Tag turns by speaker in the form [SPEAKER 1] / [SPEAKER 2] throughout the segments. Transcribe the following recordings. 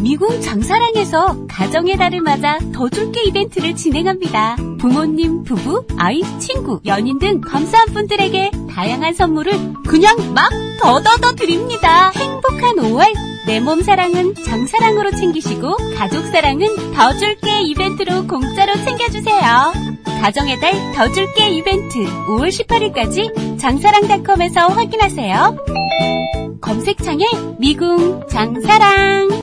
[SPEAKER 1] 미궁 장사랑에서 가정의 달을 맞아 더 줄게 이벤트를 진행합니다. 부모님, 부부, 아이, 친구, 연인 등 감사한 분들에게 다양한 선물을 그냥 막 더더더 드립니다. 행복한 5월 내 몸 사랑은 장사랑으로 챙기시고 가족 사랑은 더 줄게 이벤트로 공짜로 챙겨주세요. 가정의 달 더 줄게 이벤트 5월 18일까지 장사랑닷컴에서 확인하세요. 검색창에 미궁 장사랑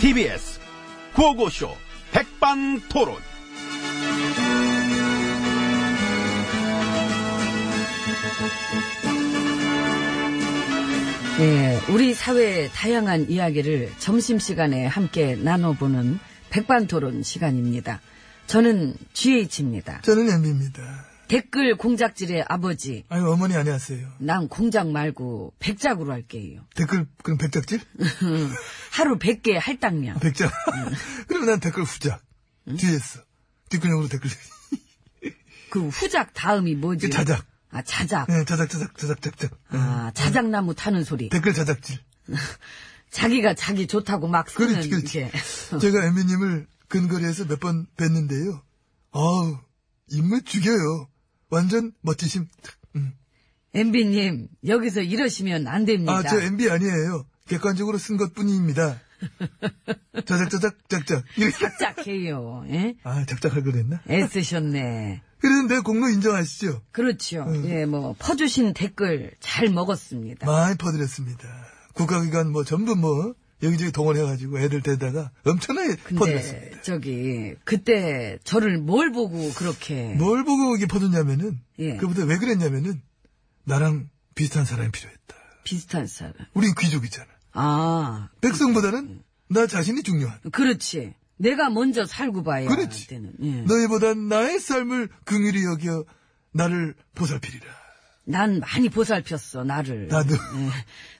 [SPEAKER 2] TBS 구호고쇼 백반토론.
[SPEAKER 3] 예, 우리 사회의 다양한 이야기를 점심시간에 함께 나눠보는 백반토론 시간입니다. 저는 GH입니다.
[SPEAKER 4] 저는 엠비입니다.
[SPEAKER 3] 댓글 공작질의 아버지.
[SPEAKER 4] 아유 어머니 안녕하세요.
[SPEAKER 3] 난 공작 말고 백작으로 할게요.
[SPEAKER 4] 댓글 그럼 백작질?
[SPEAKER 3] 하루 100개 할당량.
[SPEAKER 4] 백작. 그럼 난 댓글 후작. 뒤에서 뒷근형으로 댓글.
[SPEAKER 3] 그 후작 다음이 뭐지?
[SPEAKER 4] 그 자작.
[SPEAKER 3] 아, 자작.
[SPEAKER 4] 네, 자작 자작 자작 자작.
[SPEAKER 3] 아, 자작나무 타는 소리.
[SPEAKER 4] 댓글 자작질.
[SPEAKER 3] 자기가 자기 좋다고 막 쓰는
[SPEAKER 4] 그렇지 그렇지.
[SPEAKER 3] 이제.
[SPEAKER 4] 제가 엠비님을 근거리에서 몇 번 뵀는데요. 아우 인물 죽여요. 완전 멋지심. 음.
[SPEAKER 3] MB님, 여기서 이러시면 안 됩니다.
[SPEAKER 4] 아저 엠비 아니에요. 객관적으로 쓴 것뿐입니다. 자작 자작 작작. 이렇게.
[SPEAKER 3] 작작해요. 예?
[SPEAKER 4] 아 작작할 그랬나?
[SPEAKER 3] 애쓰셨네.
[SPEAKER 4] 그런데 공로 인정하시죠?
[SPEAKER 3] 그렇죠.
[SPEAKER 4] 음.
[SPEAKER 3] 예, 뭐 퍼주신 댓글 잘 먹었습니다.
[SPEAKER 4] 많이 퍼드렸습니다. 국가기관 뭐 전부 뭐 여기저기 동원해가지고 애들 대다가 엄청나게 퍼드렸습니다.
[SPEAKER 3] 근데 저기 그때 저를 뭘 보고 그렇게
[SPEAKER 4] 뭘 보고 이게 퍼졌냐면은
[SPEAKER 3] 예.
[SPEAKER 4] 그보다 왜 그랬냐면은 나랑 비슷한 사람이 필요했다.
[SPEAKER 3] 비슷한 사람?
[SPEAKER 4] 우린 귀족이잖아.
[SPEAKER 3] 아,
[SPEAKER 4] 백성보다는 나 자신이 중요한.
[SPEAKER 3] 그렇지. 내가 먼저 살고 봐야
[SPEAKER 4] 그렇지.
[SPEAKER 3] 되는. 예.
[SPEAKER 4] 너희보단 나의 삶을 긍휼히 여겨 나를 보살피리라.
[SPEAKER 3] 난 많이 보살폈어 나를.
[SPEAKER 4] 나도
[SPEAKER 3] 예.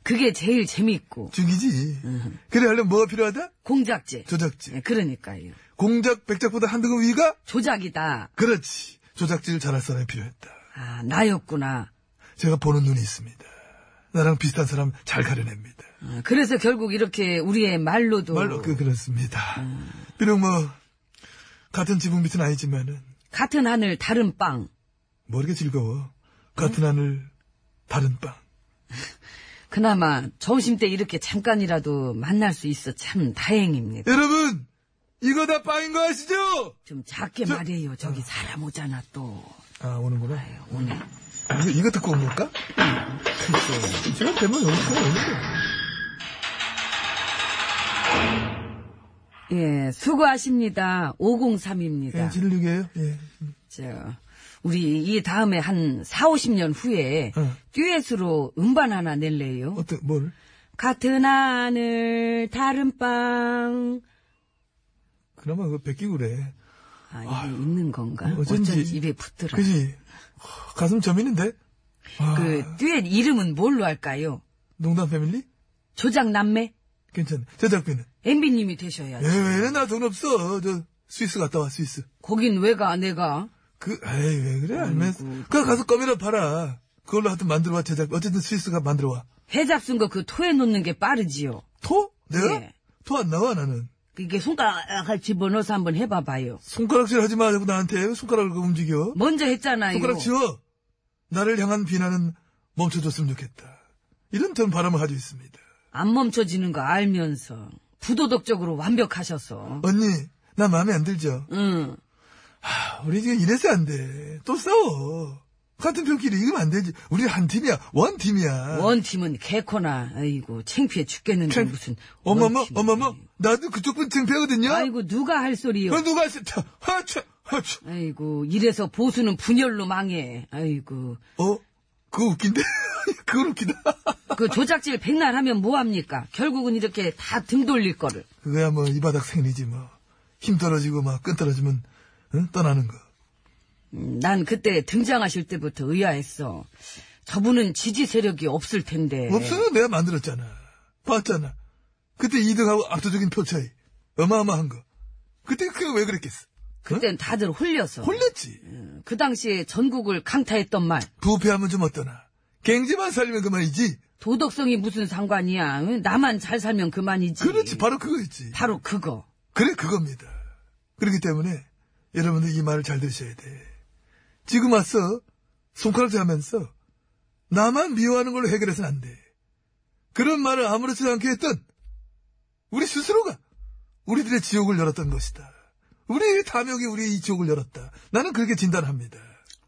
[SPEAKER 3] 그게 제일 재밌고
[SPEAKER 4] 죽이지. 그래 하려면 뭐가 필요하다?
[SPEAKER 3] 공작질.
[SPEAKER 4] 조작질.
[SPEAKER 3] 음. 예, 그러니까요. 동작
[SPEAKER 4] 공작 백작보다 한두금 위가?
[SPEAKER 3] 조작이다.
[SPEAKER 4] 그렇지. 조작질 잘할 사람이 필요했다.
[SPEAKER 3] 아 나였구나.
[SPEAKER 4] 제가 보는 눈이 있습니다. 나랑 비슷한 사람 잘 가려냅니다.
[SPEAKER 3] 아, 그래서 결국 이렇게 우리의 말로도
[SPEAKER 4] 말로 그 그렇습니다.
[SPEAKER 3] 음.
[SPEAKER 4] 비록 뭐 같은 지붕 밑은 아니지만은
[SPEAKER 3] 같은 하늘 다른 빵.
[SPEAKER 4] 모르게 즐거워.
[SPEAKER 3] 네?
[SPEAKER 4] 같은 하늘 다른 빵.
[SPEAKER 3] 그나마 점심 때 이렇게 잠깐이라도 만날 수 있어 참 다행입니다.
[SPEAKER 4] 여러분 이거 다 빵인 거 아시죠?
[SPEAKER 3] 좀 작게
[SPEAKER 4] 저- 어.
[SPEAKER 3] 말해요. 저기 사람 오잖아 또.
[SPEAKER 4] 아 오는구나.
[SPEAKER 3] 아유, 음. 오늘
[SPEAKER 4] 이거, 이거 듣고 온 걸까? 글쎄. 제가 대만 여기서 오는데.
[SPEAKER 3] 예 수고하십니다. 503입니다.
[SPEAKER 4] 예, 진륙이에요. 예. 음.
[SPEAKER 3] 저 우리 이 다음에 한 4, 50년 후에
[SPEAKER 4] 응.
[SPEAKER 3] 듀엣으로 음반 하나 낼래요.
[SPEAKER 4] 예. 뭐 어떤 뭘?
[SPEAKER 3] 같은 하늘 다른 빵.
[SPEAKER 4] 그나마 그거 베끼고 그래.
[SPEAKER 3] 아, 이게 있는 건가?
[SPEAKER 4] 어쩐지.
[SPEAKER 3] 어쩐지 입에 붙더라. 그,
[SPEAKER 4] 그지? 하, 가슴 점이는데? 와,
[SPEAKER 3] 듀엣 이름은 뭘로 할까요?
[SPEAKER 4] 농담 패밀리?
[SPEAKER 3] 조작 남매?
[SPEAKER 4] 괜찮네. 제작비는?
[SPEAKER 3] 엠비님이 되셔야지.
[SPEAKER 4] 에이, 나돈 없어. 저, 스위스 갔다 와, 스위스.
[SPEAKER 3] 거긴 왜가 내가?
[SPEAKER 4] 그, 에이, 왜 그래, 알면서. 그, 가서 껌이나 팔아. 그걸로 하여튼 만들어 와, 제작. 어쨌든 스위스가 만들어 와.
[SPEAKER 3] 해잡 쓴 거 그 토에 놓는 게 빠르지요.
[SPEAKER 4] 토? 내가?
[SPEAKER 3] 예.
[SPEAKER 4] 토 안 나와, 나는.
[SPEAKER 3] 이게 손가락을 집어넣어서 한번 해봐봐요.
[SPEAKER 4] 손가락질 하지 마, 자꾸 나한테. 왜 손가락을 그렇게 움직여?
[SPEAKER 3] 먼저 했잖아요.
[SPEAKER 4] 손가락 치워! 나를 향한 비난은 멈춰줬으면 좋겠다. 이런 전 바람을 가지고 있습니다.
[SPEAKER 3] 안 멈춰지는 거 알면서 부도덕적으로 완벽하셔서.
[SPEAKER 4] 언니, 나 마음에 안 들죠?
[SPEAKER 3] 응.
[SPEAKER 4] 아, 우리 지금 이래서 안 돼. 또 싸워. 같은 편끼리 이러면 안 되지. 우리 한 팀이야. 원 팀이야.
[SPEAKER 3] 원팀은 개코나 아이고 창피해 죽겠는데
[SPEAKER 4] 창-
[SPEAKER 3] 무슨
[SPEAKER 4] 어머머,
[SPEAKER 3] 원팀이.
[SPEAKER 4] 어머머. 나도 그쪽 분 창피하거든요?
[SPEAKER 3] 아이고 누가 할 소리요?
[SPEAKER 4] 그럼 누가 했어? 하차, 하차.
[SPEAKER 3] 아이고 이래서 보수는 분열로 망해. 아이고
[SPEAKER 4] 어? 그거 웃긴데? 그건 웃기다.
[SPEAKER 3] 그 조작질 백날 하면 뭐 합니까? 결국은 이렇게 다 등 돌릴 거를.
[SPEAKER 4] 그거야 뭐 이 바닥 생리지 뭐. 힘 떨어지고 막 끈 떨어지면 응? 떠나는 거.
[SPEAKER 3] 음, 난 그때 등장하실 때부터 의아했어. 저분은 지지 세력이 없을 텐데.
[SPEAKER 4] 없으면 내가 만들었잖아. 봤잖아. 그때 2등하고 압도적인 표 차이. 어마어마한 거. 그때 그게 왜 그랬겠어?
[SPEAKER 3] 그땐 다들 홀려서.
[SPEAKER 4] 홀렸지.
[SPEAKER 3] 음, 그 당시에 전국을 강타했던 말.
[SPEAKER 4] 부패하면 좀 어떠나. 갱지만 살리면 그만이지.
[SPEAKER 3] 도덕성이 무슨 상관이야. 응? 나만 잘 살면 그만이지.
[SPEAKER 4] 그렇지. 바로 그거였지.
[SPEAKER 3] 바로 그거.
[SPEAKER 4] 그래, 그겁니다. 그렇기 때문에 여러분들 이 말을 잘 들으셔야 돼. 지금 와서 손가락질 하면서 나만 미워하는 걸로 해결해서는 안 돼. 그런 말을 아무렇지도 않게 했던 우리 스스로가 우리들의 지옥을 열었던 것이다. 우리의 탐욕이 우리의 이 지옥을 열었다. 나는 그렇게 진단합니다.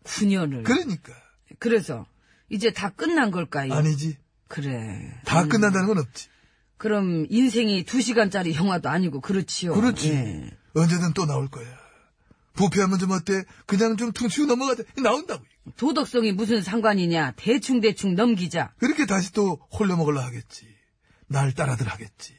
[SPEAKER 3] 9년을.
[SPEAKER 4] 그러니까
[SPEAKER 3] 서 이제 다 끝난 걸까요?
[SPEAKER 4] 아니지.
[SPEAKER 3] 그래.
[SPEAKER 4] 다 끝난다는 건 없지.
[SPEAKER 3] 그럼 인생이 2시간짜리 영화도 아니고 그렇지요.
[SPEAKER 4] 그렇지.
[SPEAKER 3] 예.
[SPEAKER 4] 언제든 또 나올 거야. 부패하면 좀 어때? 그냥 좀 퉁치고 넘어가자. 나온다고.
[SPEAKER 3] 도덕성이 무슨 상관이냐. 대충대충 넘기자.
[SPEAKER 4] 그렇게 다시 또 홀려 먹으려 하겠지. 날 따라들 하겠지.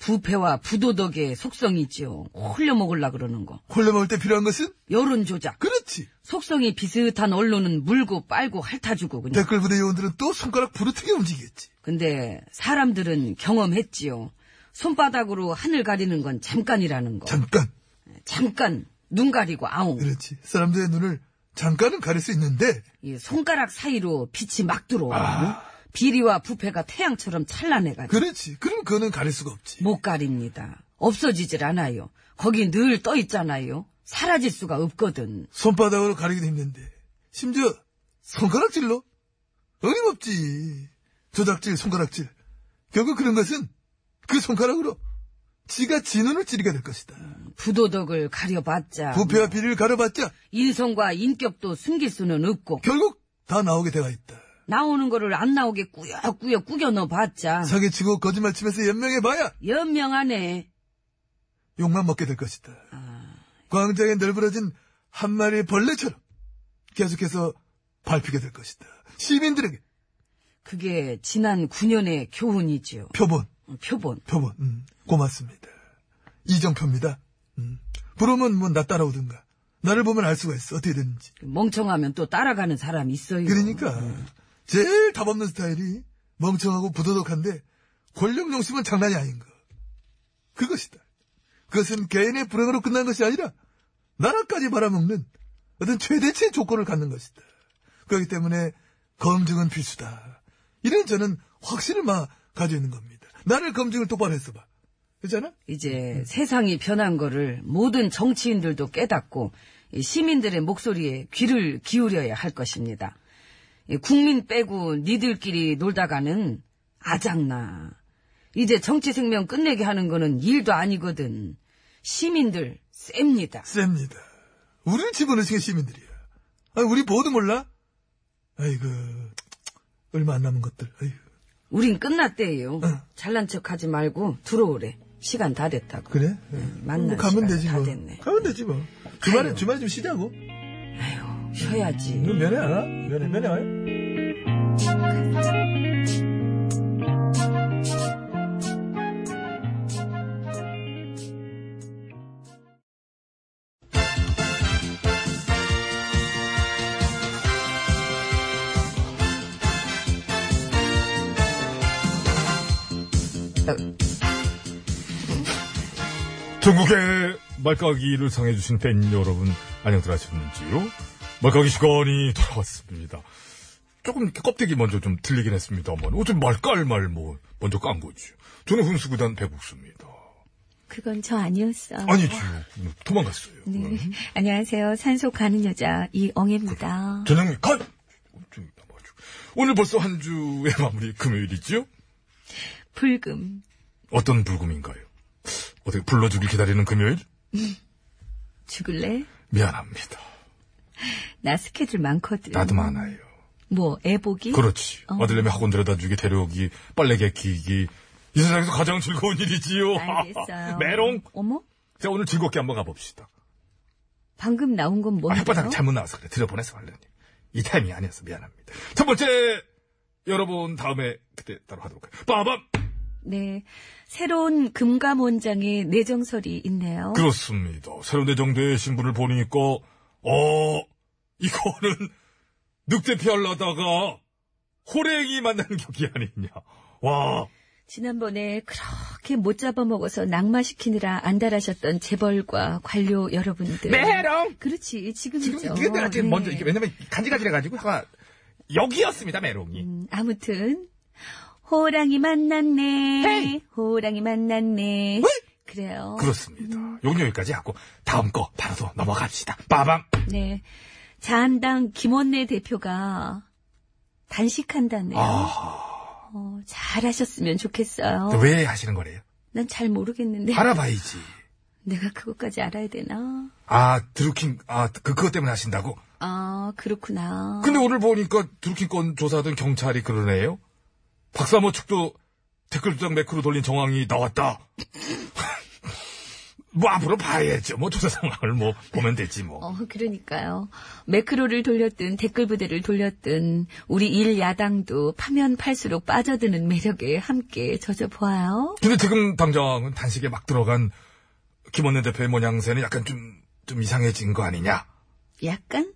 [SPEAKER 3] 부패와 부도덕의 속성이지요. 홀려 먹으려 그러는 거.
[SPEAKER 4] 홀려 먹을 때 필요한 것은?
[SPEAKER 3] 여론 조작.
[SPEAKER 4] 그렇지.
[SPEAKER 3] 속성이 비슷한 언론은 물고 빨고 핥아주고 그냥.
[SPEAKER 4] 댓글 부대 요원들은 또 손가락 부르트게 움직이겠지.
[SPEAKER 3] 근데 사람들은 경험했지요. 손바닥으로 하늘 가리는 건 잠깐이라는 거.
[SPEAKER 4] 잠깐. 네.
[SPEAKER 3] 잠깐 눈 가리고 아웅.
[SPEAKER 4] 그렇지. 사람들의 눈을 잠깐은 가릴 수 있는데,
[SPEAKER 3] 이 손가락 사이로 빛이 막 들어와.
[SPEAKER 4] 아.
[SPEAKER 3] 응? 비리와 부패가 태양처럼 찬란해가지고
[SPEAKER 4] 그렇지. 그럼 그거는 가릴 수가 없지.
[SPEAKER 3] 못 가립니다. 없어지질 않아요. 거기 늘 떠 있잖아요. 사라질 수가 없거든.
[SPEAKER 4] 손바닥으로 가리기도 힘든데, 심지어 손가락질로? 어림없지. 조작질, 손가락질. 결국 그런 것은 그 손가락으로 지가 지 눈을 찌르게 될 것이다.
[SPEAKER 3] 부도덕을 가려봤자
[SPEAKER 4] 부패와 비리를 가려봤자
[SPEAKER 3] 인성과 인격도 숨길 수는 없고
[SPEAKER 4] 결국 다 나오게 되어 있다.
[SPEAKER 3] 나오는 거를 안 나오게 꾸역꾸역 꾸겨 넣어봤자
[SPEAKER 4] 사기치고 거짓말 치면서 연명해봐야
[SPEAKER 3] 연명하네.
[SPEAKER 4] 욕만 먹게 될 것이다. 광장에 널브러진 한 마리의 벌레처럼 계속해서 밟히게 될 것이다. 시민들에게
[SPEAKER 3] 그게 지난 9년의 교훈이지요.
[SPEAKER 4] 표본,
[SPEAKER 3] 표본.
[SPEAKER 4] 표본. 음, 고맙습니다. 이정표입니다. 음. 부르면 뭐 나 따라오든가. 나를 보면 알 수가 있어. 어떻게 되는지.
[SPEAKER 3] 멍청하면 또 따라가는 사람이 있어요.
[SPEAKER 4] 그러니까 제일 답 없는 스타일이 멍청하고 부도덕한데 권력 용심은 장난이 아닌 거. 그것이다. 그것은 개인의 불행으로 끝난 것이 아니라 나라까지 말아먹는 어떤 최대치의 조건을 갖는 것이다. 그렇기 때문에 검증은 필수다. 이런 저는 확신을 막 가지고 있는 겁니다. 나를 검증을 똑바로 했어봐. 그렇잖아?
[SPEAKER 3] 이제 세상이 변한 거를 모든 정치인들도 깨닫고 이 시민들의 목소리에 귀를 기울여야 할 것입니다. 이 국민 빼고 니들끼리 놀다가는 아장나. 이제 정치 생명 끝내게 하는 거는 일도 아니거든. 시민들 셉니다.
[SPEAKER 4] 셉니다. 우리를 집어넣으신 게 시민들이야. 아, 우리 보도 몰라? 아이고, 얼마 안 남은 것들. 아이고.
[SPEAKER 3] 우린 끝났대요. 잘난 척하지 말고 들어오래. 시간 다 됐다고.
[SPEAKER 4] 그래?
[SPEAKER 3] 만날
[SPEAKER 4] 가면
[SPEAKER 3] 시간이
[SPEAKER 4] 되지
[SPEAKER 3] 다
[SPEAKER 4] 뭐.
[SPEAKER 3] 됐네.
[SPEAKER 4] 가면 되지 뭐. 주말에
[SPEAKER 3] 가요.
[SPEAKER 4] 주말에 좀 쉬자고.
[SPEAKER 3] 아휴, 쉬어야지.
[SPEAKER 4] 너 면회 안 와? 면회 면회 와요?
[SPEAKER 5] 전국의 말까기를 상해주신 팬 여러분, 안녕들 하셨는지요? 말까기 시간이 돌아왔습니다. 조금 이렇게 껍데기 먼저 좀 들리긴 했습니다만, 어쩜 말깔말 뭐, 먼저 깐 거지. 저는 훈수구단 배국수입니다.
[SPEAKER 6] 그건 저 아니었어.
[SPEAKER 5] 아니지요. 도망갔어요.
[SPEAKER 6] 네. 안녕하세요. 산소 가는 여자 이엉입니다.
[SPEAKER 5] 저녁에 간! 어, 뭐 오늘 벌써 한 주의 마무리 금요일이지요?
[SPEAKER 3] 불금.
[SPEAKER 4] 어떤 불금인가요? 어떻게 불러주길 기다리는 금요일?
[SPEAKER 3] 죽을래?
[SPEAKER 4] 미안합니다.
[SPEAKER 3] 나 스케줄 많거든.
[SPEAKER 4] 나도 많아요.
[SPEAKER 3] 뭐, 애보기?
[SPEAKER 4] 그렇지.
[SPEAKER 3] 예. 어.
[SPEAKER 4] 아들내미 학원 데려다주기, 데려오기, 빨래 개키기. 이 세상에서 가장 즐거운 일이지요.
[SPEAKER 3] 알겠어요.
[SPEAKER 4] 메롱.
[SPEAKER 3] 어머?
[SPEAKER 4] 자, 오늘 즐겁게 한번 가봅시다.
[SPEAKER 3] 방금 나온 건뭐
[SPEAKER 4] 아,
[SPEAKER 3] 뭔데요?
[SPEAKER 4] 혓바닥 잘못 나와서 그래. 들여보내서 말려니. 이 타임이 아니어서 미안합니다. 첫 번째, 여러분 다음에 그때 따로 하도록 해요. 빠밤!
[SPEAKER 3] 네. 새로운 금감원장의 내정설이 있네요.
[SPEAKER 4] 그렇습니다. 새로 내정된 신분을 보니까, 어, 이거는 늑대 피하려다가 호랭이 만난 격이 아니냐. 와,
[SPEAKER 3] 지난번에 그렇게 못 잡아먹어서 낙마시키느라 안달하셨던 재벌과 관료 여러분들.
[SPEAKER 4] 메롱!
[SPEAKER 3] 그렇지, 지금이죠.
[SPEAKER 4] 지금 이게 내가 지금
[SPEAKER 3] 네.
[SPEAKER 4] 먼저 이게 왜냐면 간지간지해가지고 아까 여기였습니다 메롱이.
[SPEAKER 3] 음, 아무튼 호랑이 만났네.
[SPEAKER 4] 헤이!
[SPEAKER 3] 호랑이 만났네. 그래요.
[SPEAKER 4] 그렇습니다.
[SPEAKER 3] 음.
[SPEAKER 4] 요건 여기까지 하고 다음 거 바로 또 넘어갑시다. 빠밤.
[SPEAKER 3] 네. 자한당 김원내 대표가 단식한다네요.
[SPEAKER 4] 아.
[SPEAKER 3] 어, 잘하셨으면 좋겠어요.
[SPEAKER 4] 왜 하시는 거래요?
[SPEAKER 3] 난 잘 모르겠는데
[SPEAKER 4] 알아봐야지.
[SPEAKER 3] 내가 그것까지 알아야 되나?
[SPEAKER 4] 아 드루킹 아그 그것 때문에 하신다고?
[SPEAKER 3] 아 그렇구나.
[SPEAKER 4] 근데 오늘 보니까 드루킹 건 조사하던 경찰이 그러네요. 박사모 측도 댓글 주장 매크로 돌린 정황이 나왔다. 뭐 앞으로 봐야죠. 뭐 조사 상황을 뭐 보면 되지 뭐.
[SPEAKER 3] 어, 그러니까요. 매크로를 돌렸든 댓글 부대를 돌렸든 우리 일 야당도 파면 팔수록 빠져드는 매력에 함께 젖어 보아요.
[SPEAKER 4] 근데 지금 당장은 단식에 막 들어간 김원내 대표의 모양새는 약간 좀, 좀 이상해진 거 아니냐?
[SPEAKER 3] 약간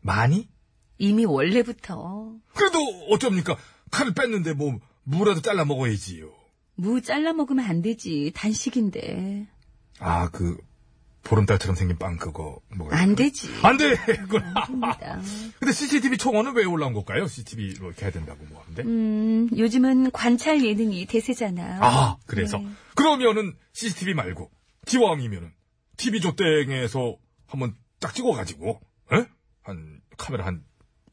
[SPEAKER 4] 많이?
[SPEAKER 3] 이미 원래부터
[SPEAKER 4] 그래도 어쩝니까? 칼을 뺐는데 뭐, 무라도 잘라 먹어야지요.
[SPEAKER 3] 무 잘라 먹으면 안 되지 단식인데
[SPEAKER 4] 아, 그, 보름달처럼 생긴 빵 그거, 뭐가.
[SPEAKER 3] 안 되지.
[SPEAKER 4] 안 돼! 그거나.
[SPEAKER 3] 됩니다.
[SPEAKER 4] 근데 CCTV 총원은 왜 올라온 걸까요? CCTV로 이렇게 해야 된다고 뭐 하는데.
[SPEAKER 3] 음, 요즘은 관찰 예능이 대세잖아요.
[SPEAKER 4] 아, 그래서.
[SPEAKER 3] 네.
[SPEAKER 4] 그러면은 CCTV 말고, 기왕이면은, TV 조땡에서 한번 딱 찍어가지고, 에? 한, 카메라 한,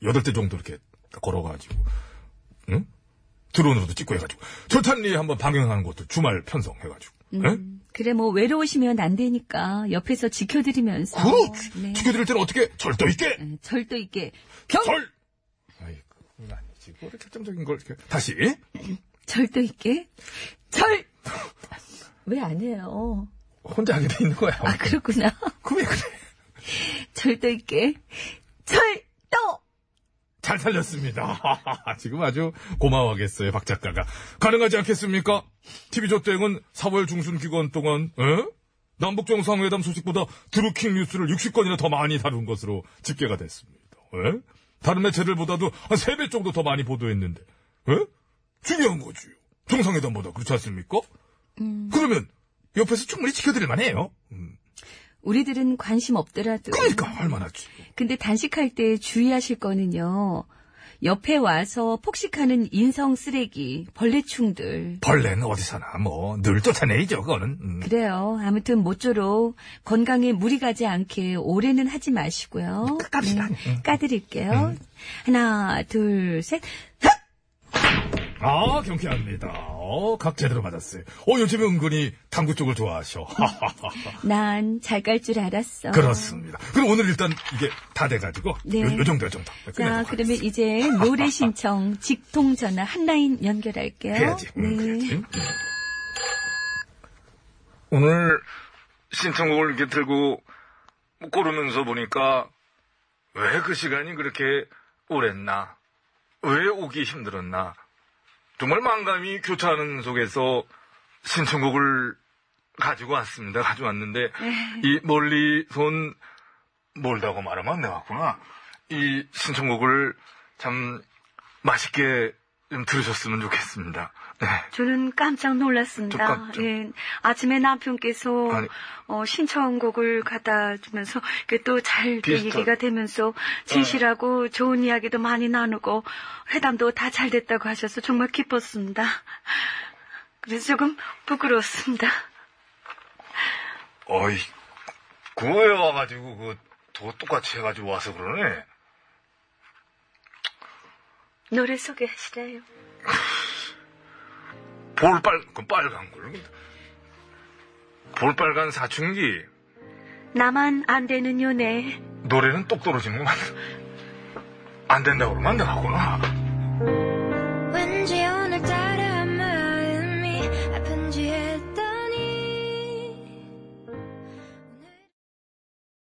[SPEAKER 4] 여덟 대 정도 이렇게 걸어가지고, 응? 드론으로도 찍고 해가지고, 절찬리에 한번 방영하는 것도 주말 편성해가지고, 예? 에?
[SPEAKER 3] 음, 그래 뭐 외로우시면 안 되니까 옆에서 지켜드리면서
[SPEAKER 4] 그렇지!
[SPEAKER 3] 네.
[SPEAKER 4] 지켜드릴 때는 어떻게, 절도 있게!
[SPEAKER 3] 네, 절도 있게 경
[SPEAKER 4] 절! 아이, 그건 아니지. 뭐, 이렇게 결정적인 걸, 이렇게. 다시.
[SPEAKER 3] 절도 있게 절. 왜 안 해요?
[SPEAKER 4] 혼자 하게 돼 있는 거야.
[SPEAKER 3] 아 그렇구나.
[SPEAKER 4] 그왜 그래?
[SPEAKER 3] 절도 있게 절도.
[SPEAKER 4] 잘 살렸습니다. 지금 아주 고마워하겠어요, 박 작가가. 가능하지 않겠습니까? TV조땡은 4월 중순 기간 동안, 에? 남북정상회담 소식보다 드루킹 뉴스를 60건이나 더 많이 다룬 것으로 집계가 됐습니다. 에? 다른 매체들보다도 한 3배 정도 더 많이 보도했는데, 에? 중요한 거지요. 정상회담보다 그렇지 않습니까? 그러면, 옆에서 충분히 지켜드릴만 해요. 음.
[SPEAKER 3] 우리들은 관심 없더라도.
[SPEAKER 4] 그러니까, 할만하지.
[SPEAKER 3] 근데 단식할 때 주의하실 거는요. 옆에 와서 폭식하는 인성 쓰레기, 벌레충들.
[SPEAKER 4] 벌레는 어디서나, 뭐, 늘 쫓아내야죠, 그거는. 음.
[SPEAKER 3] 그래요. 아무튼 모쪼록 건강에 무리 가지 않게 오래는 하지 마시고요. 네,
[SPEAKER 4] 깝시다. 음, 응.
[SPEAKER 3] 까드릴게요. 하나, 둘, 셋.
[SPEAKER 4] 아, 경쾌합니다. 어, 각 제대로 맞았어요. 어, 요즘에 은근히 당구 쪽을 좋아하셔.
[SPEAKER 3] 난 잘 갈 줄 알았어.
[SPEAKER 4] 그렇습니다. 그럼 오늘 일단 이게 다 돼가지고,
[SPEAKER 3] 네.
[SPEAKER 4] 요, 요 정도, 요 정도.
[SPEAKER 3] 자, 그러면
[SPEAKER 4] 끝내도록 하겠습니다.
[SPEAKER 3] 이제 노래 신청, 직통 전화 한 라인 연결할게요.
[SPEAKER 4] 해야지. 응,
[SPEAKER 3] 네.
[SPEAKER 4] 음, 그래야지. 응. 오늘 신청곡을 이렇게 들고 고르면서 보니까 왜 그 시간이 그렇게 오랬나? 왜 오기 힘들었나? 정말 만감이 교차하는 속에서 신청곡을 가지고 왔습니다. 가져왔는데 이 멀리 손 멀다고 말하면 안 되겠구나. 이 신청곡을 참 맛있게 좀 들으셨으면 좋겠습니다. 네.
[SPEAKER 3] 저는 깜짝 놀랐습니다.
[SPEAKER 4] 좀 깜짝-
[SPEAKER 3] 예, 아침에 남편께서
[SPEAKER 4] 아니.
[SPEAKER 3] 어, 신청곡을 갖다 주면서 또 잘
[SPEAKER 4] 비슷한- 네.
[SPEAKER 3] 얘기가 되면서 진실하고 좋은 이야기도 많이 나누고 회담도 다 잘 됐다고 하셔서 정말 기뻤습니다. 그래서 조금 부끄러웠습니다.
[SPEAKER 4] 어이, 그거에 와가지고, 그, 더 똑같이 해가지고 와서 그러네.
[SPEAKER 3] 노래 소개하시래요.
[SPEAKER 4] 볼빨, 그 빨간 걸. 볼빨간 사춘기.
[SPEAKER 3] 나만 안 되는 연애.
[SPEAKER 4] 노래는 똑 떨어지는구만. 안 된다고 그러면 안 되겠구나.